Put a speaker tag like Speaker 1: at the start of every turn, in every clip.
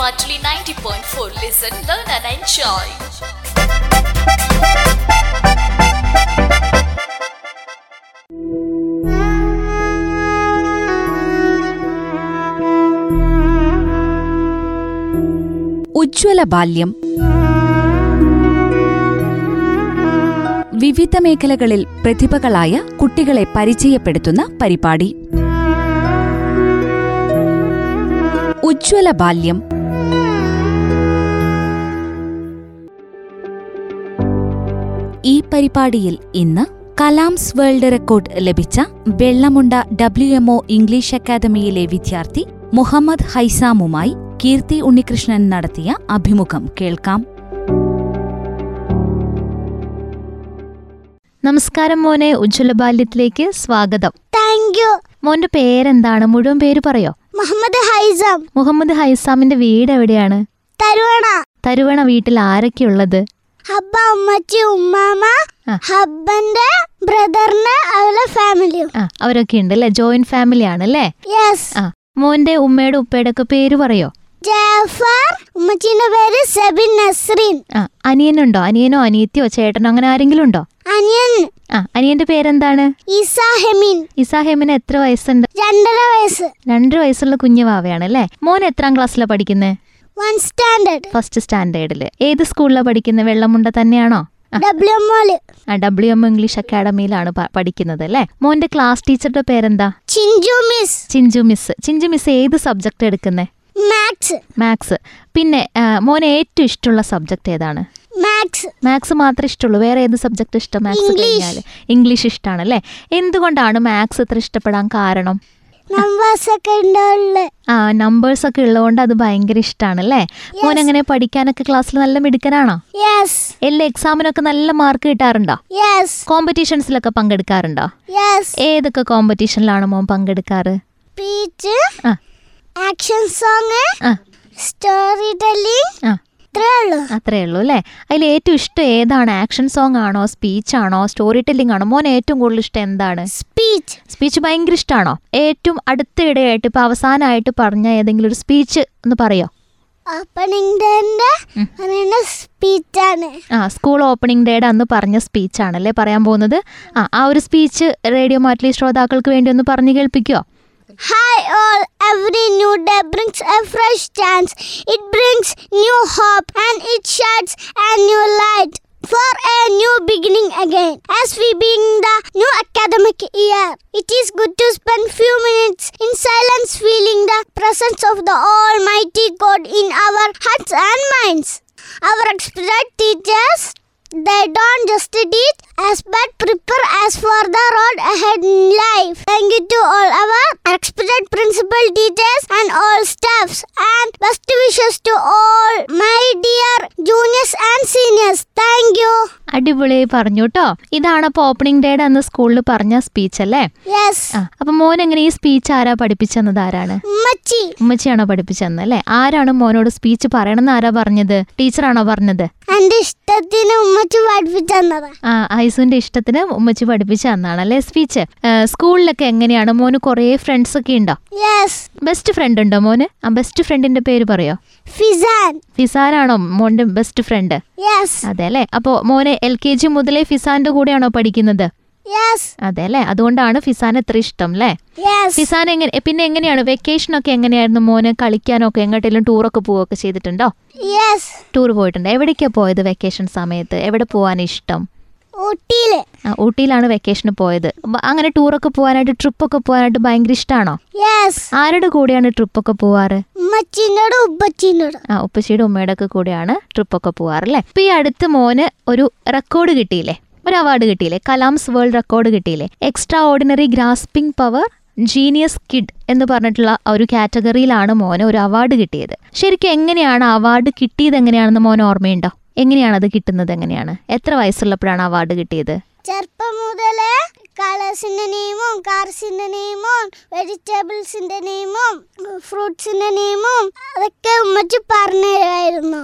Speaker 1: மாற்றுலி ninety point four listen learn and enjoy
Speaker 2: ഉജ്ജ്വല ബാല്യം വിവിധ മേഖലകളിൽ പ്രതിഭകളായ കുട്ടികളെ പരിചയപ്പെടുത്തുന്ന പരിപാടി ഉജ്ജ്വല ബാല്യം ഈ പരിപാടിയിൽ ഇന്ന് കലാംസ് വേൾഡ് റെക്കോർഡ് ലഭിച്ച വെള്ളമുണ്ട ഡബ്ല്യു എംഒ ഇംഗ്ലീഷ് അക്കാദമിയിലെ വിദ്യാർത്ഥി മുഹമ്മദ് ഹൈസാമുമായി കീർത്തി ഉണ്ണികൃഷ്ണൻ നടത്തിയ അഭിമുഖം കേൾക്കാം
Speaker 3: നമസ്കാരം മോനെ ഉജ്ജ്വല ബാല്യത്തിലേക്ക് സ്വാഗതം
Speaker 4: താങ്ക് യു
Speaker 3: മോന്റെ പേരെന്താണ് മുഴുവൻ പേര് പറയോ
Speaker 4: മുഹമ്മദ് ഹൈസം
Speaker 3: മുഹമ്മദ് ഹൈസാമിന്റെ വീട് എവിടെയാണ്
Speaker 4: തരുവണ
Speaker 3: തരുവണ വീട്ടിൽ ആരൊക്കെയുള്ളത്
Speaker 4: ഹബ്ബ അമ്മച്ചി ഉമ്മാമ
Speaker 3: ആ.
Speaker 4: ഹബ്ബന്റെ ബ്രദറിന് അവരുടെ ഫാമിലിയും
Speaker 3: ആ അവരൊക്കെ ഉണ്ട് അല്ലേ ജോയിന്റ് ഫാമിലി ആണ് അല്ലേ
Speaker 4: യെസ്
Speaker 3: ആ മോന്റെ ഉമ്മയുടെ ഉപ്പയുടെ ഒക്കെ പേര് പറയോ
Speaker 4: ജാഫർ ഉമ്മച്ചിന്റെ പേര് സെബിൻ നസ്രീൻ
Speaker 3: ആ അനിയനുണ്ടോ അനിയനോ അനിയത്തിയോ ചേട്ടനോ അങ്ങനെ ആരെങ്കിലും ഉണ്ടോ
Speaker 4: അനിയൻ
Speaker 3: ആ അനിയന്റെ പേരെന്താണ്
Speaker 4: ഇസാ ഹെമിൻ
Speaker 3: ഇസാഹേമിന് എത്ര വയസ്സുണ്ട്
Speaker 4: രണ്ടര വയസ്സ്
Speaker 3: രണ്ടര വയസ്സുള്ള കുഞ്ഞുവാവയാണ് അല്ലേ മോൻ എത്രാം ക്ലാസ്സിലാണ് പഠിക്കുന്നത്
Speaker 4: വൺ സ്റ്റാൻഡേർഡ്
Speaker 3: ഫസ്റ്റ് സ്റ്റാൻഡേർഡിൽ ഏത് സ്കൂളിലാണ് പഠിക്കുന്നത് വെള്ളമുണ്ട തന്നെയാണോ ആ
Speaker 4: ഡബ്ല്യു മോല്
Speaker 3: ഡബ്ല്യു എം ഇംഗ്ലീഷ് അക്കാഡമിയിലാണ് പ- പഠിക്കുന്നത് അല്ലേ മോന്റെ ക്ലാസ് ടീച്ചറുടെ പേരെന്താ
Speaker 4: Chinchu miss
Speaker 3: Chinchu miss Chinchu miss ഏത് സബ്ജക്റ്റ് എടുക്കുന്നേ
Speaker 4: മാത്സ്
Speaker 3: മാത്സ് പിന്നെ ആ, മോന് ഏറ്റവും ഇഷ്ടമുള്ള സബ്ജക്റ്റ് ഏതാണ്
Speaker 4: മാത്സ്
Speaker 3: മാത്സ് മാത്രമേ ഇഷ്ടമുള്ളൂ വേറെ ഏത് സബ്ജക്റ്റ് ഇഷ്ടം മാത്സ്
Speaker 4: English.
Speaker 3: കഴിഞ്ഞാൽ ഇംഗ്ലീഷ് ഇഷ്ടമാണ് അല്ലേ എന്തുകൊണ്ടാണ് മാത്സ് ഇത്ര ഇഷ്ടപ്പെടാൻ കാരണം
Speaker 4: നമ്പേഴ്സ് ഒക്കെ ഉണ്ടോള്
Speaker 3: ആ നമ്പേഴ്സ് ഒക്കെ ഉള്ളതുകൊണ്ട് അത് ഭയങ്കര ഇഷ്ടമാണ് അല്ലേ മോൻ എങ്ങനെ പഠിക്കാനൊക്കെ ക്ലാസ്സിൽ നല്ല മിടുക്കനാണോ
Speaker 4: യെസ്
Speaker 3: എല്ലാ എക്സാമിനൊക്കെ നല്ല മാർക്ക് കിട്ടാറുണ്ടോ
Speaker 4: യെസ്
Speaker 3: കോമ്പറ്റീഷൻസിലൊക്കെ പങ്കെടുക്കാറുണ്ടോ
Speaker 4: യെസ്
Speaker 3: ഏതൊക്കെ കോമ്പറ്റീഷനിലാണ് മോൻ പങ്കെടുക്കാറ്
Speaker 4: പീച്ച്
Speaker 3: ആ
Speaker 4: ആക്ഷൻ സോങ്
Speaker 3: ആ
Speaker 4: സ്റ്റോറി ടെല്ലിംഗ്
Speaker 3: ആ
Speaker 4: ഇത്രേ ഉള്ളൂ
Speaker 3: അത്രേ ഉള്ളൂ അല്ലേ അതിൽ ഏറ്റവും ഇഷ്ടം ഏതാണ് ആക്ഷൻ സോങ് ആണോ സ്പീച്ച് ആണോ സ്റ്റോറി ടെല്ലിംഗ് ആണോ മോൻ ഏറ്റവും കൂടുതൽ ഇഷ്ടം എന്താണ്
Speaker 4: സ്പീച്ച്
Speaker 3: സ്പീച്ച് ഭയങ്കര ഇഷ്ടമാണോ ഏറ്റവും അടുത്തിടെയായിട്ട് ഇപ്പോൾ അവസാനമായിട്ട് പറഞ്ഞ ഏതെങ്കിലും ഒരു സ്പീച്ച് ഒന്ന് പറയോ
Speaker 4: ഓപ്പണിംഗ് ഡേന്റെ പറയുന്ന സ്പീച്ചാണ്
Speaker 3: ആ സ്കൂൾ ഓപ്പണിംഗ് ഡേയുടെ അന്ന് പറഞ്ഞ സ്പീച്ചാണല്ലേ പറയാൻ പോകുന്നത് ആ ആ ഒരു സ്പീച്ച് റേഡിയോ മാറ്റിലി ശ്രോതാക്കൾക്ക് വേണ്ടി ഒന്ന് പറഞ്ഞു കേൾപ്പിക്കുമോ
Speaker 4: hi all every new day brings a fresh chance it brings new hope and it starts and new light for a new beginning again as we being the new academic year it is good to spend few minutes in silence feeling the presence of the almighty God in our hearts and minds our expert teachers They don't just teach us but prepare us for the road ahead in life. Thank you to all our expert principal teachers and all staffs and best wishes to all my dear juniors and seniors. Thank you.
Speaker 3: അടിപൊളിയായി പറഞ്ഞു കേട്ടോ ഇതാണ് അപ്പോൾ opening ഡേയുടെ അന്ന് സ്കൂളിൽ പറഞ്ഞ speech അല്ലേ
Speaker 4: Yes.
Speaker 3: ആ അപ്പം മോൻ എങ്ങനെ ഈ സ്പീച്ച് ആരാ പഠിപ്പിച്ചെന്നത് ആരാണ്
Speaker 4: Machi.
Speaker 3: ഉമ്മച്ചിയാണോ പഠിപ്പിച്ചെന്ന് അല്ലേ ആരാണ് മോനോട് സ്പീച്ച് പറയണമെന്ന് ആരാ പറഞ്ഞത് ടീച്ചറാണോ പറഞ്ഞത്
Speaker 4: എൻ്റെ ഇഷ്ടത്തിന് ഉമ്മച്ചി പഠിപ്പിച്ചു തന്നതാ
Speaker 3: ആ ഐസുവിന്റെ ഇഷ്ടത്തിന് ഉമ്മച്ചി പഠിപ്പിച്ചു തന്നാണ് അല്ലേ സ്പീച്ച് സ്കൂളിലൊക്കെ എങ്ങനെയാണ് മോന് കുറേ ഫ്രണ്ട്സ് ഒക്കെ ഉണ്ടോ
Speaker 4: യെസ്
Speaker 3: ബെസ്റ്റ് ഫ്രണ്ട് ഉണ്ടോ മോന് ആ ബെസ്റ്റ് ഫ്രണ്ടിന്റെ പേര് പറയോ
Speaker 4: ഫിസാൻ
Speaker 3: ഫിസാനാണോ മോന്റെ ബെസ്റ്റ് ഫ്രണ്ട്
Speaker 4: യെസ്
Speaker 3: അതെ അല്ലേ അപ്പോൾ മോന് എൽ കെ ജി മുതലേ ഫിസാന്റെ കൂടെയാണോ പഠിക്കുന്നത്
Speaker 4: യെസ്
Speaker 3: അതെ അല്ലേ അതുകൊണ്ടാണ് ഫിസാൻ എത്ര ഇഷ്ടം അല്ലേ
Speaker 4: യെസ്
Speaker 3: ഫിസാൻ എങ്ങനെ പിന്നെ എങ്ങനെയാണ് വെക്കേഷനൊക്കെ എങ്ങനെയായിരുന്നു മോന് കളിക്കാനൊക്കെ എങ്ങോട്ടെങ്കിലും ടൂറൊക്കെ പോവുകയൊക്കെ ചെയ്തിട്ടുണ്ടോ
Speaker 4: യെസ്
Speaker 3: ടൂർ പോയിട്ടുണ്ട് എവിടേക്കാണ് പോയത് വെക്കേഷൻ സമയത്ത് എവിടെ പോകാൻ ഇഷ്ടം
Speaker 4: ഊട്ടിയില്
Speaker 3: ആ, ഊട്ടിയിലാണ് വെക്കേഷന് പോയത് ബ- അങ്ങനെ ടൂറൊക്കെ പോകാനായിട്ട് ട്രിപ്പൊക്കെ പോകാനായിട്ട് ഭയങ്കര ഇഷ്ടമാണോ
Speaker 4: യെസ്
Speaker 3: ആരുടെ കൂടെയാണ് ട്രിപ്പൊക്കെ പോവാറ്
Speaker 4: ഉമ്മച്ചിനോടും ഉപ്പച്ചിനോടും
Speaker 3: ആ ഉപ്പച്ചിയുടെ ഉമ്മയുടെ ഒക്കെ കൂടെയാണ് ട്രിപ്പൊക്കെ പോവാറല്ലേ ഇപ്പം ഈ അടുത്ത് മോന് ഒരു റെക്കോർഡ് കിട്ടിയില്ലേ ഒരു അവാർഡ് കിട്ടിയില്ലേ കലാംസ് വേൾഡ് റെക്കോർഡ് കിട്ടിയില്ലേ extraordinary grasping power genius kid എന്ന് പറഞ്ഞിട്ടുള്ള ആ ഒരു കാറ്റഗറിയിലാണ് മോന് ഒരു അവാർഡ് കിട്ടിയത് ശരിക്കും എങ്ങനെയാണ് അവാർഡ് കിട്ടിയത് എങ്ങനെയാണെന്ന് മോൻ ഓർമ്മയുണ്ടോ എങ്ങനെയാണ് അത് കിട്ടുന്നത് എങ്ങനെയാണ് എത്ര വയസ്സുള്ളപ്പോഴാണ് അവാർഡ് കിട്ടിയത്
Speaker 4: ചെറുപ്പം മുതലേ കളേഴ്സിന്റെ നെയിമും കാർസിന്റെ നെയിമും വെജിറ്റബിൾസിന്റെ നെയിമും ഫ്രൂട്ട്സിന്റെ നെയിമും അതൊക്കെ ഉമ്മച്ചി പറഞ്ഞു തരുമായിരുന്നു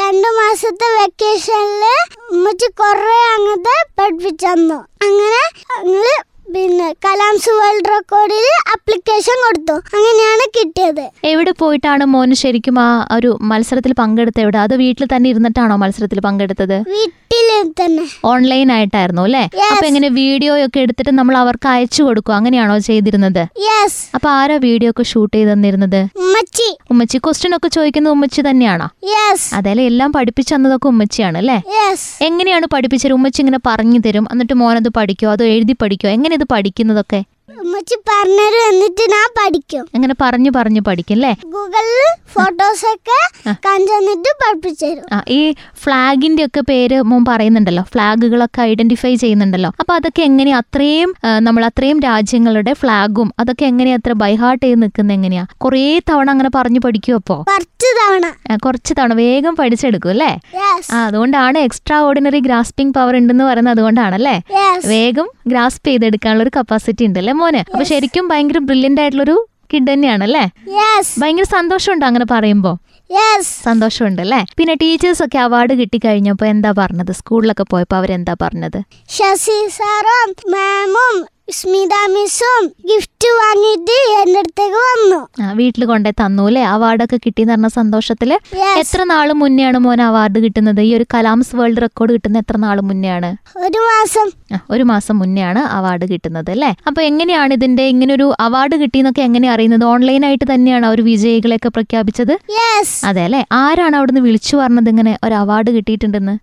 Speaker 4: രണ്ടു മാസത്തെ വെക്കേഷനിൽ ഉമ്മച്ചി കുറേ അങ്ങനത്തെ പഠിപ്പിച്ചു തന്നു അങ്ങനെ ഞങ്ങൾ പിന്നെ കലാംസ് വേൾഡ് റെക്കോർഡിൽ അപ്ലിക്കേഷൻ കൊടുത്തു അങ്ങനെയാണ് കിട്ടിയത്
Speaker 3: എവിടെ പോയിട്ടാണ് മോന് ശരിക്കും ആ ഒരു മത്സരത്തിൽ പങ്കെടുത്ത എവിടെ അത് വീട്ടിൽ തന്നെ ഇരുന്നിട്ടാണോ മത്സരത്തിൽ പങ്കെടുത്തത്
Speaker 4: വീട്ടിൽ തന്നെ
Speaker 3: ഓൺലൈൻ ആയിട്ടായിരുന്നു അല്ലേ
Speaker 4: Yes.
Speaker 3: അപ്പൊ എങ്ങനെ വീഡിയോ ഒക്കെ എടുത്തിട്ട് നമ്മൾ അവർക്ക് അയച്ചു കൊടുക്കും അങ്ങനെയാണോ ചെയ്തിരുന്നത്
Speaker 4: യെസ്
Speaker 3: അപ്പൊ ആരാ വീഡിയോ ഒക്കെ ഷൂട്ട് ചെയ്ത് തന്നിരുന്നത്
Speaker 4: ഉമ്മച്ചി
Speaker 3: ഉമ്മച്ചി ക്വസ്റ്റ്യൻ ഒക്കെ ചോദിക്കുന്നത് ഉമ്മച്ചി തന്നെയാണോ
Speaker 4: യെസ്
Speaker 3: അതായത് എല്ലാം പഠിപ്പിച്ചു തന്നതൊക്കെ ഉമ്മച്ചിയാണ് അല്ലേ
Speaker 4: യെസ്
Speaker 3: എങ്ങനെയാണ് പഠിപ്പിച്ചത് ഉമ്മച്ചി ഇങ്ങനെ പറഞ്ഞു തരും എന്നിട്ട് മോനത് പഠിക്കോ അതോ എഴുതി പഠിക്കോ എങ്ങനെ ഇത് പഠിക്കുന്നതൊക്കെ
Speaker 4: ഉമ്മച്ചി പറഞ്ഞൊരു എന്നിട്ട് ഞാൻ പഠിക്കും
Speaker 3: എങ്ങനെ പറഞ്ഞു പറഞ്ഞു പഠിക്കും അല്ലേ
Speaker 4: ഗൂഗിളിൽ ഫോട്ടോസ് ഒക്കെ കാണിച്ചു തന്നിട്ട് പഠിപ്പിച്ചു തരും
Speaker 3: ആ ഈ ഫ്ലാഗിന്റെ ഒക്കെ പേര് മോൻ പറയുന്നുണ്ടല്ലോ ഫ്ലാഗുകളൊക്കെ ഐഡന്റിഫൈ ചെയ്യുന്നുണ്ടല്ലോ അപ്പൊ അതൊക്കെ എങ്ങനെ അത്രയും ആ, നമ്മൾ അത്രയും രാജ്യങ്ങളുടെ ഫ്ലാഗും അതൊക്കെ എങ്ങനെയാ അത്ര ബൈഹാർട്ട് ചെയ്ത് നിൽക്കുന്നത് എങ്ങനെയാ കുറേ തവണ അങ്ങനെ പറഞ്ഞു പഠിക്കും അപ്പോ
Speaker 4: കുറച്ച് തവണ
Speaker 3: ആ, കുറച്ച് തവണ വേഗം പഠിച്ചെടുക്കും അല്ലേ
Speaker 4: യെസ്
Speaker 3: ആ, അതുകൊണ്ടാണ് എക്സ്ട്രാ ഓർഡിനറി ഗ്രാസ്പിംഗ് പവർ ഉണ്ടെന്ന് പറയുന്നത് അതുകൊണ്ടാണല്ലേ
Speaker 4: യെസ്
Speaker 3: വേഗം ഗ്രാസ്പ് ചെയ്തെടുക്കാനുള്ള ഒരു കപ്പാസിറ്റി ഉണ്ടല്ലേ മോന് അപ്പൊ ശരിക്കും ഭയങ്കര ബ്രില്യന്റ് ആയിട്ടുള്ളൊരു കിഡ് തന്നെയാണല്ലേ
Speaker 4: യെസ്
Speaker 3: ഭയങ്കര സന്തോഷമുണ്ടോ അങ്ങനെ പറയുമ്പോ
Speaker 4: യെസ്
Speaker 3: സന്തോഷമുണ്ട് അല്ലേ പിന്നെ ടീച്ചേഴ്സ് ഒക്കെ അവാർഡ് കിട്ടിക്കഴിഞ്ഞപ്പോൾ എന്താ പറഞ്ഞത് സ്കൂളിലൊക്കെ പോയപ്പോൾ അവരെന്താ പറഞ്ഞത്
Speaker 4: ശശി സാറും മാമും സ്മിത മിസ്സും ഗിഫ്റ്റ് വാങ്ങിയിട്ട് എൻ്റെ അടുത്തേക്ക് വന്നു
Speaker 3: ആ, വീട്ടിൽ കൊണ്ടേ തന്നു അല്ലേ അവാർഡൊക്കെ കിട്ടിയെന്ന് പറഞ്ഞ സന്തോഷത്തിൽ
Speaker 4: Yes.
Speaker 3: എത്ര നാൾ മുന്നെയാണ് മോൻ അവാർഡ് കിട്ടുന്നത് ഈ ഒരു കലാംസ് വേൾഡ് റെക്കോർഡ് കിട്ടുന്ന എത്ര നാൾ മുന്നെയാണ്
Speaker 4: ഒരു മാസം
Speaker 3: ആ, ഒരു മാസം മുന്നെയാണ് അവാർഡ് കിട്ടുന്നത് അല്ലേ അപ്പോൾ എങ്ങനെയാണ് ഇതിന്റെ ഇങ്ങനെ ഒരു അവാർഡ് കിട്ടിയെന്നൊക്കെ എങ്ങനെ അറിയുന്നത് ഓൺലൈനായിട്ട് തന്നെയാണ് അവർ വിജയികളെയൊക്കെ പ്രഖ്യാപിച്ചത്
Speaker 4: യെസ്
Speaker 3: അതെ അല്ലേ ആരാണ് അവിടുന്ന് വിളിച്ചു പറഞ്ഞത് ഇങ്ങനെ ഒരു അവാർഡ് കിട്ടിയിട്ടുണ്ടെന്ന്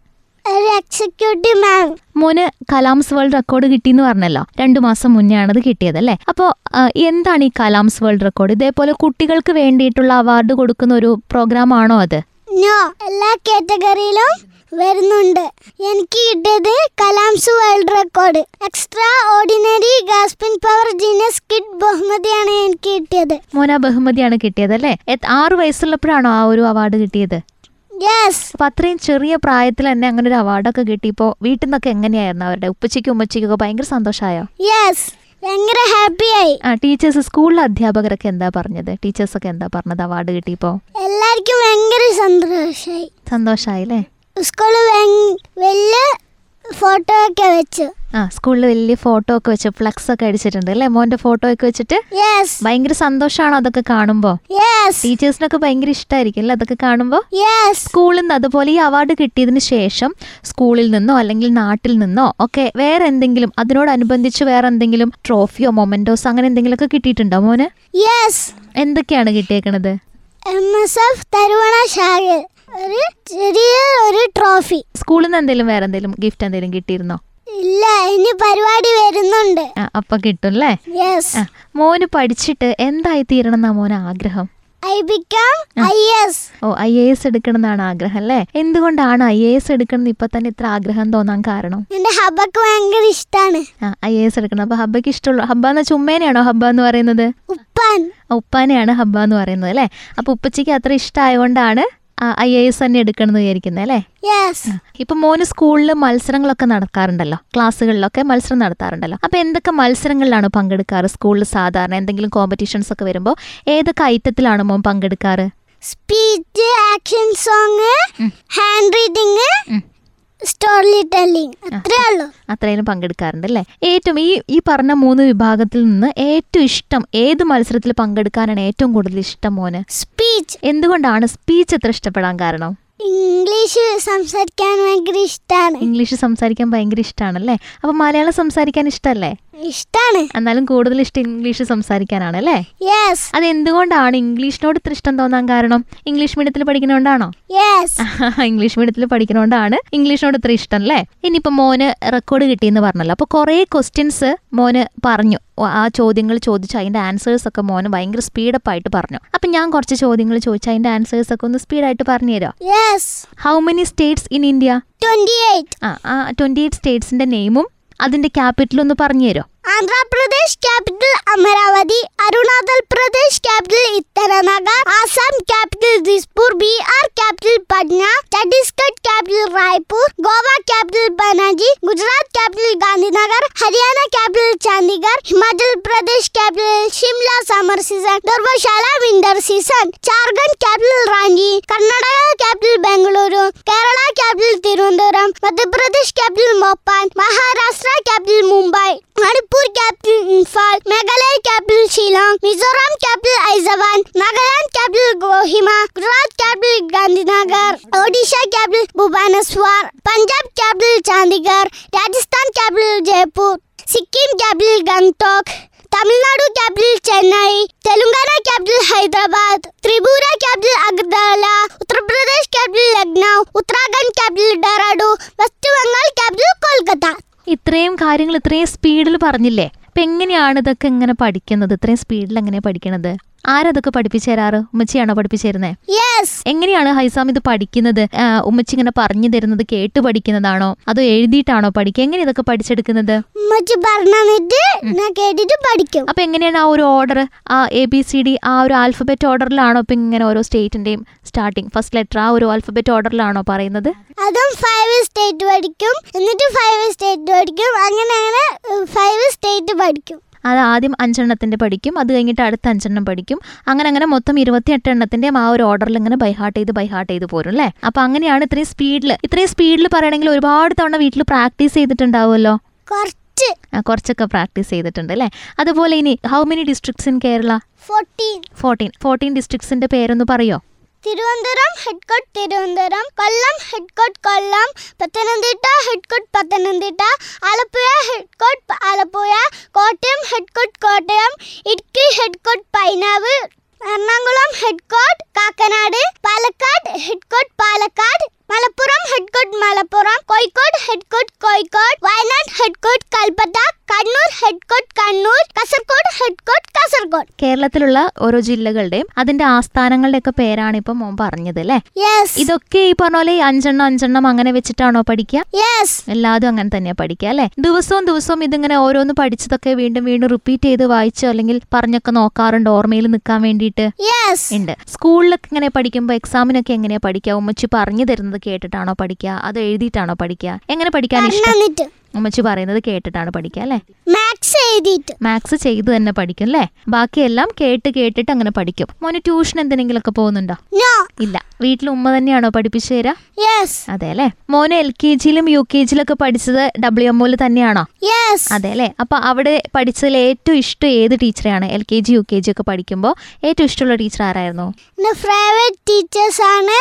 Speaker 4: ഒരു എക്സിക്യൂട്ടീവ് മാം
Speaker 3: മോന് കലാംസ് വേൾഡ് റെക്കോർഡ് കിട്ടിയെന്ന് പറഞ്ഞല്ലോ രണ്ടു മാസം മുന്നേ ആണത് കിട്ടിയത് അല്ലേ അപ്പോൾ എന്താണ് ഈ കലാംസ് വേൾഡ് റെക്കോർഡ് ഇതേപോലെ കുട്ടികൾക്ക് വേണ്ടിയിട്ടുള്ള അവാർഡ് കൊടുക്കുന്ന ഒരു പ്രോഗ്രാം ആണോ അത്
Speaker 4: നോ എല്ലാ കാറ്റഗറിയിലും വരുന്നുണ്ട് എനിക്ക് കിട്ടിയത് Kalam's world record extraordinary grasping power genius kid ബഹുമതിയാണ് എനിക്ക് കിട്ടിയത്
Speaker 3: മോന ബഹുമതിയാണ് കിട്ടിയത് അല്ലേ എത്- ആറ് വയസ്സുള്ളപ്പോഴാണോ ആ ഒരു അവാർഡ് കിട്ടിയത്
Speaker 4: യെസ്
Speaker 3: അപ്പൊ അത്രയും ചെറിയ പ്രായത്തിൽ തന്നെ അങ്ങനെ ഒരു അവാർഡൊക്കെ കിട്ടിയപ്പോൾ വീട്ടിൽ നിന്നൊക്കെ എങ്ങനെയായിരുന്നു അവരുടെ ഉപ്പച്ചയ്ക്കും ഉമ്മച്ചയ്ക്കും ഒക്കെ ഭയങ്കര സന്തോഷമായോ
Speaker 4: യെസ് ഭയങ്കര ഹാപ്പിയായി
Speaker 3: ആ ടീച്ചേഴ്സ് സ്കൂളിലെ അധ്യാപകരൊക്കെ എന്താ പറഞ്ഞത് ടീച്ചേഴ്സൊക്കെ എന്താ പറഞ്ഞത് അവാർഡ് കിട്ടിയപ്പോൾ
Speaker 4: എല്ലാവർക്കും ഭയങ്കര സന്തോഷമായി
Speaker 3: സന്തോഷമായി അല്ലേ
Speaker 4: സ്കൂളിൽ വലിയ ഫോട്ടോ ഒക്കെ വെച്ചു
Speaker 3: ആ സ്കൂളിൽ വലിയ ഫോട്ടോ ഒക്കെ വെച്ച് ഫ്ലക്സ് ഒക്കെ അടിച്ചിട്ടുണ്ട് അല്ലേ മോന്റെ ഫോട്ടോ ഒക്കെ വെച്ചിട്ട്
Speaker 4: യെസ്
Speaker 3: ഭയങ്കര സന്തോഷമാണോ അതൊക്കെ കാണുമ്പോ
Speaker 4: യെസ്
Speaker 3: ടീച്ചേഴ്സിനൊക്കെ ഭയങ്കര ഇഷ്ടമായിരിക്കും അല്ലേ അതൊക്കെ കാണുമ്പോ
Speaker 4: യെസ്
Speaker 3: സ്കൂളിൽ നിന്ന് അതുപോലെ ഈ അവാർഡ് കിട്ടിയതിന് ശേഷം സ്കൂളിൽ നിന്നോ അല്ലെങ്കിൽ നാട്ടിൽ നിന്നോ ഒക്കെ വേറെ എന്തെങ്കിലും അതിനോടനുബന്ധിച്ച് വേറെ എന്തെങ്കിലും ട്രോഫിയോ മൊമെന്റോസോ അങ്ങനെ എന്തെങ്കിലുമൊക്കെ കിട്ടിയിട്ടുണ്ടോ മോന്
Speaker 4: യെസ്
Speaker 3: എന്തൊക്കെയാണ് കിട്ടിയേക്കണത്
Speaker 4: എം എസ് എഫ് തരുവണ ശാഖയിൽ ഒരു ചെറിയ ഒരു ട്രോഫി
Speaker 3: സ്കൂളിൽ നിന്ന് എന്തെങ്കിലും വേറെ എന്തെങ്കിലും ഗിഫ്റ്റ് എന്തെങ്കിലും കിട്ടിയിരുന്നോ
Speaker 4: ഇല്ല ഇനി പരിപാടി വരുന്നുണ്ട്
Speaker 3: ആ അപ്പൊ കിട്ടും അല്ലേ ആ
Speaker 4: യെസ്
Speaker 3: മോന് പഠിച്ചിട്ട് എന്തായി തീരണം എന്നാ മോന് ആഗ്രഹം
Speaker 4: I become I S
Speaker 3: oh I A S എടുക്കണം എന്നാണ് ആഗ്രഹം അല്ലേ എന്തുകൊണ്ടാണ് ഐ എ എസ് എടുക്കണം എന്ന് ഇപ്പൊ തന്നെ ഇത്ര ആഗ്രഹം തോന്നാൻ കാരണം
Speaker 4: എൻ്റെ ഹബക്ക് ഭയങ്കര ഇഷ്ടമാണ്
Speaker 3: ആ ഐ എ എസ് എടുക്കണം അപ്പൊ ഹബ്ബയ്ക്ക് ഇഷ്ടമുള്ള ഹബ്ബ എന്ന ചുമ്മേനെയാണോ ഹബ്ബ എന്ന് പറയുന്നത്
Speaker 4: ഉപ്പാൻ
Speaker 3: ആ, ഉപ്പാനെയാണ് ഹബ്ബ എന്ന് പറയുന്നത് അല്ലേ അപ്പൊ ഉപ്പച്ചയ്ക്ക് അത്ര ഇഷ്ടമായതുകൊണ്ടാണ് ഐ എ എസ് തന്നെ എടുക്കണം എന്ന് വിചാരിക്കുന്നത് അല്ലേ
Speaker 4: യെസ്
Speaker 3: ഇപ്പൊ മോന് സ്കൂളിൽ മത്സരങ്ങളൊക്കെ നടക്കാറുണ്ടല്ലോ ക്ലാസ്സുകളിലൊക്കെ മത്സരം നടത്താറുണ്ടല്ലോ അപ്പൊ എന്തൊക്കെ മത്സരങ്ങളിലാണ് പങ്കെടുക്കാറ് സ്കൂളിൽ സാധാരണ എന്തെങ്കിലും കോമ്പറ്റീഷൻസ് ഒക്കെ വരുമ്പോൾ ഏതൊക്കെ ഐറ്റത്തിലാണ് മോൻ പങ്കെടുക്കാറ്
Speaker 4: speech action song hand reading story telling അത്രേ ഉള്ളൂ
Speaker 3: അത്രയും പങ്കെടുക്കാറുണ്ട് അല്ലേ ഏറ്റവും ഈ ഈ പറഞ്ഞ മൂന്ന് വിഭാഗത്തിൽ നിന്ന് ഏറ്റവും ഇഷ്ടം ഏത് മത്സരത്തിൽ പങ്കെടുക്കാനാണ് ഏറ്റവും കൂടുതൽ ഇഷ്ടം മോന്
Speaker 4: സ്പീച്ച്
Speaker 3: എന്തുകൊണ്ടാണ് സ്പീച്ച് എത്ര ഇഷ്ടപ്പെടാൻ കാരണം
Speaker 4: ഇംഗ്ലീഷ് സംസാരിക്കാൻ ഭയങ്കര ഇഷ്ടമാണ്
Speaker 3: ഇംഗ്ലീഷ് സംസാരിക്കാൻ ഭയങ്കര ഇഷ്ടമാണല്ലേ അപ്പം മലയാളം സംസാരിക്കാൻ ഇഷ്ടമല്ലേ
Speaker 4: ഇഷ്ടമാണ്
Speaker 3: എന്നാലും കൂടുതൽ ഇഷ്ടം ഇംഗ്ലീഷ് സംസാരിക്കാനാണല്ലേ
Speaker 4: യെസ്
Speaker 3: അത് എന്തുകൊണ്ടാണ് ഇംഗ്ലീഷിനോട് ഇത്ര ഇഷ്ടം തോന്നാൻ കാരണം ഇംഗ്ലീഷ് മീഡിയത്തിൽ പഠിക്കുന്നതുകൊണ്ടാണോ
Speaker 4: യെസ്
Speaker 3: ഇംഗ്ലീഷ് മീഡിയത്തിൽ പഠിക്കുന്നതുകൊണ്ടാണ് ഇംഗ്ലീഷിനോട് ഇത്ര ഇഷ്ടം അല്ലേ ഇനിയിപ്പോൾ മോന് റെക്കോർഡ് കിട്ടിയെന്ന് പറഞ്ഞല്ലോ അപ്പോൾ കുറേ ക്വസ്റ്റ്യൻസ് മോന് പറഞ്ഞു ഓ, ആ ചോദ്യങ്ങൾ ചോദിച്ചു അതിൻ്റെ ആൻസേഴ്സ് ഒക്കെ മോന് ഭയങ്കര സ്പീഡപ്പ് ആയിട്ട് പറഞ്ഞു അപ്പം ഞാൻ കുറച്ച് ചോദ്യങ്ങൾ ചോദിച്ചു അതിൻ്റെ ആൻസേഴ്സ് ഒക്കെ ഒന്ന് സ്പീഡായിട്ട് പറഞ്ഞു തരാം
Speaker 4: yes
Speaker 3: how many states in India
Speaker 4: twenty eight
Speaker 3: ആ ആ ട്വൻറ്റി എയ്റ്റ് സ്റ്റേറ്റ്സിൻ്റെ നെയിമും അതിൻ്റെ ക്യാപിറ്റലും ഒന്ന് പറഞ്ഞു തരുമോ
Speaker 4: Andhra Pradesh capital Amaravati Arunachal Pradesh capital Itanagar Assam capital Dispur Bihar capital capital Patna, Chhattisgarh capital Raipur, Goa capital Panaji, Gujarat capital Gandhinagar, Haryana capital Chandigarh, Himachal Pradesh capital Shimla summer season, Dharmshala winter season, Jharkhand capital Ranji, Karnataka capital Bengaluru, Kerala capital Tirunduram, Madhya Pradesh capital Mopan, Maharashtra capital Mumbai, Manipur capital Imphal, Meghalaya capital Shillong, Mizoram capital Aizawan, Nagaland capital Kohima, Gujarat capital Gandhinagar, Odisha capital Bhubaneswar, Punjab capital Chandigarh, Rajasthan capital Jaipur, Sikkim capital Gangtok, Tamil Nadu capital Chennai Telangana capital Hyderabad Tripura capital Agartala Uttar Pradesh capital Lucknow Uttarakhand capital Dehradun west Bengal capital Kolkata
Speaker 3: ഇത്രയും കാര്യങ്ങൾ ഇത്രയും സ്പീഡിൽ പറഞ്ഞില്ലേ അപ്പം എങ്ങനെയാണ് ഇതൊക്കെ ഇങ്ങനെ പഠിക്കുന്നത് ഇത്രയും സ്പീഡിൽ എങ്ങനെയാണ് പഠിക്കണത് ആരതൊക്കെ പഠിപ്പിച്ചു തരാറ് ഉമ്മച്ചിയാണോ പഠിപ്പിച്ചു തരുന്നത്
Speaker 4: യെസ്
Speaker 3: എങ്ങനെയാണ് ഹൈസാം ഇത് പഠിക്കുന്നത് ആ, ഉമ്മച്ചി ഇങ്ങനെ പറഞ്ഞു തരുന്നത് കേട്ട് പഠിക്കുന്നതാണോ അതോ എഴുതിയിട്ടാണോ പഠിക്കുക എങ്ങനെ ഇതൊക്കെ പഠിച്ചെടുക്കുന്നത്
Speaker 4: മച്ച് പറഞ്ഞു തന്നിട്ട് ഞാൻ കേട്ടിട്ട് പഠിക്കും
Speaker 3: അപ്പൊ എങ്ങനെയാണ് ആ ഒരു ഓർഡർ ആ എ ബി സി ഡി ആ ഒരു ആൽഫബറ്റ് ഓർഡറിലാണോ ഇപ്പൊ ഇങ്ങനെ ഓരോ സ്റ്റേറ്റിന്റെയും സ്റ്റാർട്ടിങ് ഫസ്റ്റ് ലെറ്റർ ആ ഒരു ആൽഫബറ്റ് ഓർഡറിലാണോ പറയുന്നത്
Speaker 4: അതും ഫൈവ് സ്റ്റേറ്റ് പഠിക്കും എന്നിട്ട് ഫൈവ് സ്റ്റേറ്റ് പഠിക്കും അങ്ങനെ അങ്ങനെ ഫൈവ് സ്റ്റേറ്റ് പഠിക്കും
Speaker 3: അത് ആദ്യം അഞ്ചെണ്ണത്തിന്റെ പഠിക്കും അത് കഴിഞ്ഞിട്ട് അടുത്ത അഞ്ചെണ്ണം പഠിക്കും അങ്ങനെ അങ്ങനെ മൊത്തം ഇരുപത്തിയെട്ട് എണ്ണത്തിന്റെയും ആ ഒരു ഓർഡറിൽ ഇങ്ങനെ ബൈഹാർട്ട് ചെയ്ത് ബൈഹാർട്ട് ചെയ്ത് പോരും അല്ലേ അപ്പൊ അങ്ങനെയാണ് ഇത്രയും സ്പീഡിൽ ഇത്രയും സ്പീഡിൽ പറയണമെങ്കിൽ ഒരുപാട് തവണ വീട്ടിൽ പ്രാക്ടീസ് ചെയ്തിട്ടുണ്ടാവുമല്ലോ
Speaker 4: കുറച്ച്
Speaker 3: ആ, കുറച്ചൊക്കെ പ്രാക്ടീസ് ചെയ്തിട്ടുണ്ട് അല്ലേ അതുപോലെ ഇനി how many districts in Kerala
Speaker 4: fourteen
Speaker 3: fourteen fourteen ഡിസ്ട്രിക്ട്സിന്റെ പേരൊന്ന് പറയോ
Speaker 4: Thiruvananthapuram head coat Thiruvananthapuram Kollam head coat Kollam Pathanamthitta head coat Pathanamthitta Alappuzha head coat പ- Alappuzha Kottayam head coat Kottayam Idukki head coat Painavu Ernakulam head coat Kakkanad Palakkad head coat Palakkad Malappuram head coat Malappuram Kozhikode head coat Kozhikode Wayanad head coat Kalpetta Kannur head coat Kannur Kasaragod head coat Kasaragod
Speaker 3: കേരളത്തിലുള്ള ഓരോ ജില്ലകളുടെയും അതിന്റെ ആസ്ഥാനങ്ങളുടെയൊക്കെ പേരാണ് ഇപ്പം മോൻ പറഞ്ഞത് അല്ലേ
Speaker 4: യെസ്
Speaker 3: ഇതൊക്കെ ഈ പറഞ്ഞ പോലെ ഈ അഞ്ചെണ്ണം അഞ്ചെണ്ണം അങ്ങനെ വെച്ചിട്ടാണോ പഠിക്കുക
Speaker 4: യെസ്
Speaker 3: എല്ലാതും അങ്ങനെ തന്നെയാ പഠിക്കുക അല്ലേ ദിവസവും ദിവസവും ഇതിങ്ങനെ ഓരോന്ന് പഠിച്ചതൊക്കെ വീണ്ടും വീണ്ടും റിപ്പീറ്റ് ചെയ്ത് വായിച്ചോ അല്ലെങ്കിൽ പറഞ്ഞൊക്കെ നോക്കാറുണ്ട് ഓർമ്മയിൽ നിൽക്കാൻ വേണ്ടിയിട്ട്
Speaker 4: യെസ്
Speaker 3: ഉണ്ട് സ്കൂളിലൊക്കെ ഇങ്ങനെ പഠിക്കുമ്പോൾ എക്സാമിനൊക്കെ എങ്ങനെയാ പഠിക്കുക ഉമ്മച്ചി പറഞ്ഞു തരുന്നത് കേട്ടിട്ടാണോ പഠിക്കുക അത് എഴുതിയിട്ടാണോ പഠിക്കുക എങ്ങനെ പഠിക്കാൻ ഇഷ്ടം
Speaker 4: എന്നിട്ട്
Speaker 3: ഉമ്മച്ചി പറയുന്നത് കേട്ടിട്ടാണ് പഠിക്കുക അല്ലേ
Speaker 4: മാത്സ് എഴുതിയിട്ട്
Speaker 3: മാത്സ് ചെയ്ത് തന്നെ പഠിക്കും അല്ലേ ബാക്കിയെല്ലാം കേട്ട് കേട്ടിട്ട് അങ്ങനെ പഠിക്കും മോന് ട്യൂഷൻ എന്തിനെങ്കിലുമൊക്കെ പോകുന്നുണ്ടോ
Speaker 4: നോ
Speaker 3: ഇല്ല വീട്ടിൽ ഉമ്മ തന്നെയാണോ പഠിപ്പിച്ചു തരാ
Speaker 4: യെസ്
Speaker 3: അതെ അല്ലേ മോന് എൽ കെ ജിയിലും യു കെ ജിയിലൊക്കെ പഠിച്ചത് ഡബ്ല്യു എമ്മോയിൽ തന്നെയാണോ
Speaker 4: യെസ്
Speaker 3: അതെ അല്ലേ അപ്പൊ അവിടെ പഠിച്ചതിൽ ഏറ്റവും ഇഷ്ടം ഏത് ടീച്ചറെയാണ് L K G U K G ഒക്കെ പഠിക്കുമ്പോൾ ഏറ്റവും ഇഷ്ടമുള്ള ടീച്ചർ ആരായിരുന്നു
Speaker 4: എൻ്റെ പ്രൈവറ്റ് ടീച്ചേഴ്സാണ്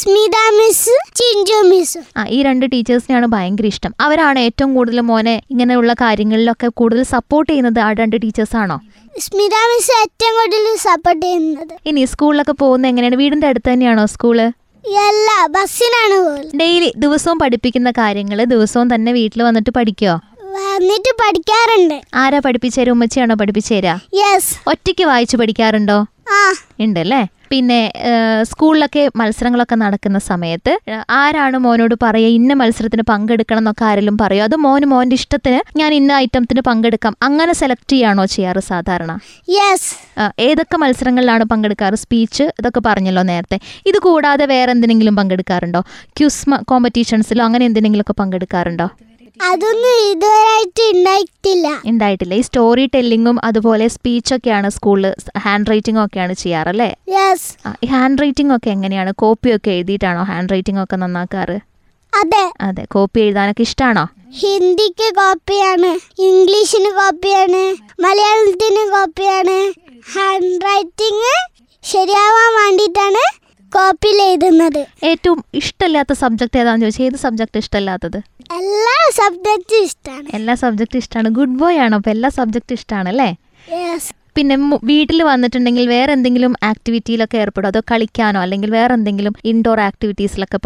Speaker 4: സ്മിത മിസ് ചിഞ്ചു മിസ്
Speaker 3: ആ ഈ രണ്ട് ടീച്ചേഴ്സിനെയാണ് ഭയങ്കര ഇഷ്ടം അവരാണ് ഏറ്റവും കൂടുതൽ മോനെ ഇങ്ങനെയുള്ള കാര്യങ്ങളിലൊക്കെ കൂടുതൽ സപ്പോർട്ട് ചെയ്യുന്നത് ആ രണ്ട് ടീച്ചേഴ്സാണോ
Speaker 4: സ്മിത മിസ് ഏറ്റവും കൂടുതൽ സപ്പോർട്ട് ചെയ്യുന്നത്
Speaker 3: ഇനി സ്കൂളിലൊക്കെ പോകുന്നത് എങ്ങനെയാണ് വീടിന്റെ അടുത്ത് തന്നെയാണോ സ്കൂള്
Speaker 4: എല്ലാ ബസ്സിനാണ് പോലും
Speaker 3: ഡെയിലി ദിവസവും പഠിപ്പിക്കുന്ന കാര്യങ്ങൾ ദിവസവും തന്നെ വീട്ടിൽ വന്നിട്ട് പഠിക്കോ
Speaker 4: വന്നിട്ട് പഠിക്കാറുണ്ട്
Speaker 3: ആരാ പഠിപ്പിച്ചു തരും ഉമ്മച്ചിയാണോ പഠിപ്പിച്ചു തരാ
Speaker 4: യെസ്
Speaker 3: ഒറ്റയ്ക്ക് വായിച്ചു പഠിക്കാറുണ്ടോ
Speaker 4: ആ
Speaker 3: ഉണ്ട് അല്ലേ പിന്നെ ഏഹ്, സ്കൂളിലൊക്കെ മത്സരങ്ങളൊക്കെ നടക്കുന്ന സമയത്ത് ഏഹ്, ആരാണ് മോനോട് പറയുക ഇന്ന മത്സരത്തിന് പങ്കെടുക്കണം എന്നൊക്കെ ആരെങ്കിലും പറയോ അത് മോന് മോൻ്റെ ഇഷ്ടത്തിന് ഞാൻ ഇന്ന ഐറ്റത്തിന് പങ്കെടുക്കാം അങ്ങനെ സെലക്ട് ചെയ്യാണോ ചെയ്യാറ് സാധാരണ
Speaker 4: യെസ്
Speaker 3: ഏഹ്, ഏതൊക്കെ മത്സരങ്ങളിലാണ് പങ്കെടുക്കാറ് സ്പീച്ച് ഇതൊക്കെ പറഞ്ഞല്ലോ നേരത്തെ ഇത് കൂടാതെ വേറെ എന്തിനെങ്കിലും പങ്കെടുക്കാറുണ്ടോ ക്യൂസ് കോമ്പറ്റീഷൻസിലോ അങ്ങനെ എന്തിനെങ്കിലുമൊക്കെ പങ്കെടുക്കാറുണ്ടോ
Speaker 4: അതൊന്നും ഇതുവരെയായിട്ട് ഉണ്ടായിട്ടില്ല
Speaker 3: ഉണ്ടായിട്ടില്ല ഈ സ്റ്റോറി ടെല്ലിങ്ങും അതുപോലെ സ്പീച്ചൊക്കെയാണ് സ്കൂളിൽ ഹാൻഡ് റൈറ്റിംഗും ഒക്കെയാണ് ചെയ്യാറല്ലേ
Speaker 4: യെസ്
Speaker 3: ആ, ഈ ഹാൻഡ് റൈറ്റിംഗ് ഒക്കെ എങ്ങനെയാണ് കോപ്പി ഒക്കെ എഴുതിയിട്ടാണോ ഹാൻഡ് റൈറ്റിംഗ് ഒക്കെ നന്നാക്കാറ്
Speaker 4: അതെ
Speaker 3: അതെ കോപ്പി എഴുതാനൊക്കെ ഇഷ്ടമാണോ
Speaker 4: ഹിന്ദിക്ക് കോപ്പിയാണ് ഇംഗ്ലീഷിന് കോപ്പിയാണ് മലയാളത്തിന് കോപ്പിയാണ് ഹാൻഡ് റൈറ്റിങ് ശരിയാവാൻ വേണ്ടിയിട്ടാണ് കോപ്പിയിൽ എഴുതുന്നത്
Speaker 3: ഏറ്റവും ഇഷ്ടമില്ലാത്ത സബ്ജക്റ്റ് ഏതാണെന്ന് ചോദിച്ചാൽ ഏത് സബ്ജക്റ്റ് ഇഷ്ടമില്ലാത്തത്
Speaker 4: എല്ലാ സബ്ജക്റ്റും ഇഷ്ടമാണ്
Speaker 3: എല്ലാ സബ്ജക്റ്റും ഇഷ്ടമാണ് ഗുഡ് ബോയ് ആണോ അപ്പോൾ എല്ലാ സബ്ജക്റ്റും ഇഷ്ടമാണ് അല്ലേ
Speaker 4: യെസ്
Speaker 3: പിന്നെ വീട്ടിൽ വന്നിട്ടുണ്ടെങ്കിൽ വേറെ എന്തെങ്കിലും ആക്ടിവിറ്റിയിലൊക്കെ ഏർപ്പെടും അതോ കളിക്കാനോ അല്ലെങ്കിൽ വേറെ എന്തെങ്കിലും ഇൻഡോർ ആക്ടിവിറ്റീസിലൊക്കെ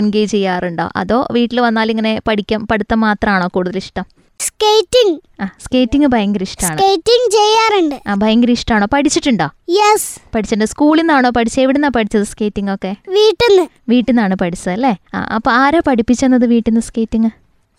Speaker 3: എൻഗേജ് ചെയ്യാറുണ്ടോ അതോ വീട്ടിൽ വന്നാൽ ഇങ്ങനെ പഠിക്കാൻ പഠിത്തം മാത്രമാണോ കൂടുതൽ ഇഷ്ടം
Speaker 4: സ്കേറ്റിംഗ്
Speaker 3: ആ സ്കേറ്റിംഗ് ഭയങ്കര ഇഷ്ടമാണ്
Speaker 4: സ്കേറ്റിംഗ് ചെയ്യാറുണ്ട്
Speaker 3: ആ ഭയങ്കര ഇഷ്ടമാണോ പഠിച്ചിട്ടുണ്ടോ
Speaker 4: യെസ്
Speaker 3: പഠിച്ചിട്ടുണ്ട് സ്കൂളിൽ നിന്നാണോ പഠിച്ചത് എവിടെ നിന്നാണ് പഠിച്ചത് സ്കേറ്റിംഗ് ഒക്കെ
Speaker 4: വീട്ടിൽ നിന്ന്
Speaker 3: വീട്ടിൽ നിന്നാണ് പഠിച്ചത് അല്ലേ ആ അപ്പോൾ ആരാ പഠിപ്പിച്ചെന്നത് വീട്ടിൽ നിന്ന് സ്കേറ്റിംഗ്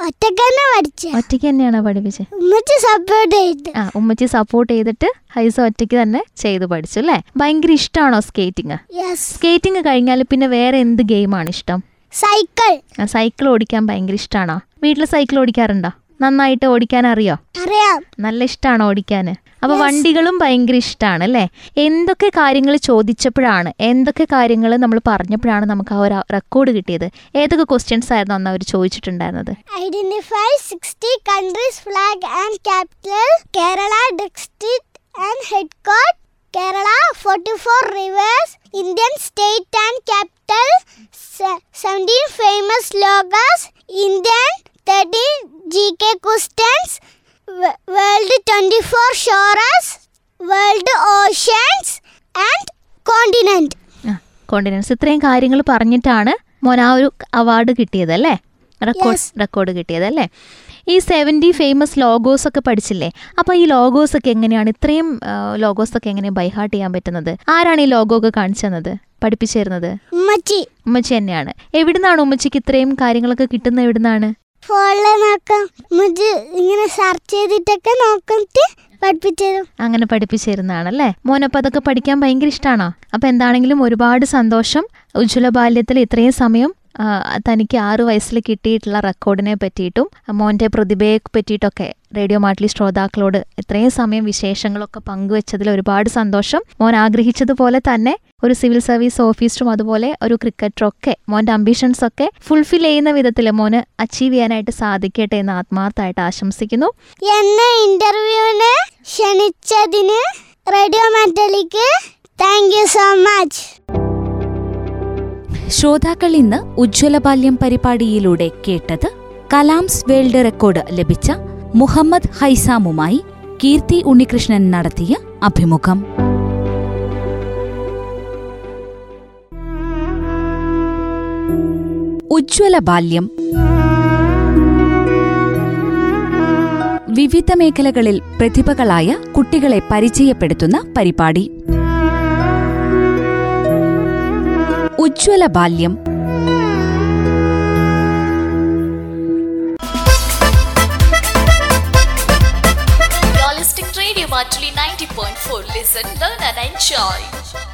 Speaker 4: ഒറ്റക്കന്നെ പഠിച്ച
Speaker 3: ഒറ്റയ്ക്ക് തന്നെയാണോ പഠിപ്പിച്ചത്
Speaker 4: ഉമ്മച്ച് സപ്പോർട്ട് ചെയ്ത്
Speaker 3: ആ ഉമ്മച്ചി സപ്പോർട്ട് ചെയ്തിട്ട് ഹൈസ ഒറ്റയ്ക്ക് തന്നെ ചെയ്ത് പഠിച്ചു അല്ലേ ഭയങ്കര ഇഷ്ടമാണോ സ്കേറ്റിംഗ്
Speaker 4: യെസ്
Speaker 3: സ്കേറ്റിംഗ് കഴിഞ്ഞാൽ പിന്നെ വേറെ എന്ത് ഗെയിമാണ് ഇഷ്ടം
Speaker 4: സൈക്കിൾ
Speaker 3: ആ, സൈക്കിൾ ഓടിക്കാൻ ഭയങ്കര ഇഷ്ടമാണോ വീട്ടിൽ സൈക്കിൾ ഓടിക്കാറുണ്ടോ നന്നായിട്ട് ഓടിക്കാൻ അറിയോ
Speaker 4: അറിയാം
Speaker 3: നല്ല ഇഷ്ടമാണ് ഓടിക്കാൻ അപ്പോൾ വണ്ടികളും ഭയങ്കര ഇഷ്ടമാണ് അല്ലേ എന്തൊക്കെ കാര്യങ്ങൾ ചോദിച്ചപ്പോഴാണ് എന്തൊക്കെ കാര്യങ്ങൾ നമ്മൾ പറഞ്ഞപ്പോഴാണ് നമുക്ക് ആ ഒരു റെക്കോർഡ് കിട്ടിയത് ഏതൊക്കെ ക്വസ്റ്റ്യൻസ് ആയിരുന്നു അന്ന് അവർ ചോദിച്ചിട്ടുണ്ടായിരുന്നത്
Speaker 4: Identify 60 countries' flag and capital, Kerala district and headquarters, Kerala 44 rivers, Indian state and capital, se- 17 famous logos, Indian 13 GK questions, w- world 24 shores, world oceans and continent.
Speaker 3: Continents ഇത്രയും കാര്യങ്ങൾ പറഞ്ഞിട്ടാണ് മോൻ ആ ഒരു അവാർഡ് കിട്ടിയത് അല്ലേ റെക്കോർഡ്
Speaker 4: Yes.
Speaker 3: റെക്കോർഡ് കിട്ടിയത് അല്ലേ ഈ സെവൻറ്റി ഫേമസ് ലോഗോസ് ഒക്കെ പഠിച്ചില്ലേ അപ്പോൾ ഈ ലോഗോസ് ഒക്കെ എങ്ങനെയാണ് ഇത്രയും ലോഗോസ് ഒക്കെ എങ്ങനെ ബൈഹാർട്ട് ചെയ്യാൻ പറ്റുന്നത് ആരാണ് ഈ ലോഗോ ഒക്കെ കാണിച്ചു തന്നത് പഠിപ്പിച്ചു തരുന്നത്
Speaker 4: ഉമ്മച്ചി
Speaker 3: ഉമ്മച്ചി തന്നെയാണ് എവിടുന്നാണ് ഉമ്മച്ചിക്ക് ഇത്രയും കാര്യങ്ങളൊക്കെ കിട്ടുന്നത് എവിടുന്നാണ്
Speaker 4: ഫോണിൽ നോക്കാം മുജ് ഇങ്ങനെ സെർച്ച് ചെയ്തിട്ടൊക്കെ നോക്കിട്ട് പഠിപ്പിച്ചു തരും
Speaker 3: അങ്ങനെ പഠിപ്പിച്ചിരുന്നാണല്ലേ മോനപ്പം അതൊക്കെ പഠിക്കാൻ ഭയങ്കര ഇഷ്ടമാണോ അപ്പം എന്താണെങ്കിലും ഒരുപാട് സന്തോഷം ഉജ്ജ്വല ബാല്യത്തിൽ ഇത്രയും സമയം ആ, തനിക്ക് ആറ് വയസ്സിൽ കിട്ടിയിട്ടുള്ള റെക്കോർഡിനെ പറ്റിയിട്ടും മോൻ്റെ പ്രതിഭയെ പറ്റിയിട്ടൊക്കെ റേഡിയോ മാട്ടിലി ശ്രോതാക്കളോട് ഇത്രയും സമയം വിശേഷങ്ങളൊക്കെ പങ്കുവെച്ചതിൽ ഒരുപാട് സന്തോഷം മോൻ ആഗ്രഹിച്ചതുപോലെ തന്നെ ഒരു സിവിൽ സർവീസ് ഓഫീസറും അതുപോലെ ഒരു ക്രിക്കറ്ററും ഒക്കെ മോൻ്റെ അംബിഷൻസ് ഒക്കെ ഫുൾഫിൽ ചെയ്യുന്ന വിധത്തിൽ മോന് അച്ചീവ് ചെയ്യാനായിട്ട് സാധിക്കട്ടെ എന്ന് ആത്മാർത്ഥമായിട്ട് ആശംസിക്കുന്നു
Speaker 4: എന്നെ ഇന്റർവ്യൂവിന് ക്ഷണിച്ചതിന് റേഡിയോ മാറ്റലിക്ക് താങ്ക് യു സോ മച്ച്
Speaker 2: ശ്രോതാക്കൾ ഇന്ന് ഉജ്ജ്വല ബാല്യം പരിപാടിയിലൂടെ കേട്ടത് കലാംസ് വേൾഡ് റെക്കോർഡ് ലഭിച്ച മുഹമ്മദ് ഹൈസാമുമായി കീർത്തി ഉണ്ണികൃഷ്ണൻ നടത്തിയ അഭിമുഖം ഉജ്ജ്വല ബാല്യം വിവിധ മേഖലകളിൽ പ്രതിഭകളായ കുട്ടികളെ പരിചയപ്പെടുത്തുന്ന പരിപാടി ഉജ്ജ്വല ബാല്യം
Speaker 1: Holistic Radio Matuli 90.4. Listen, learn and enjoy.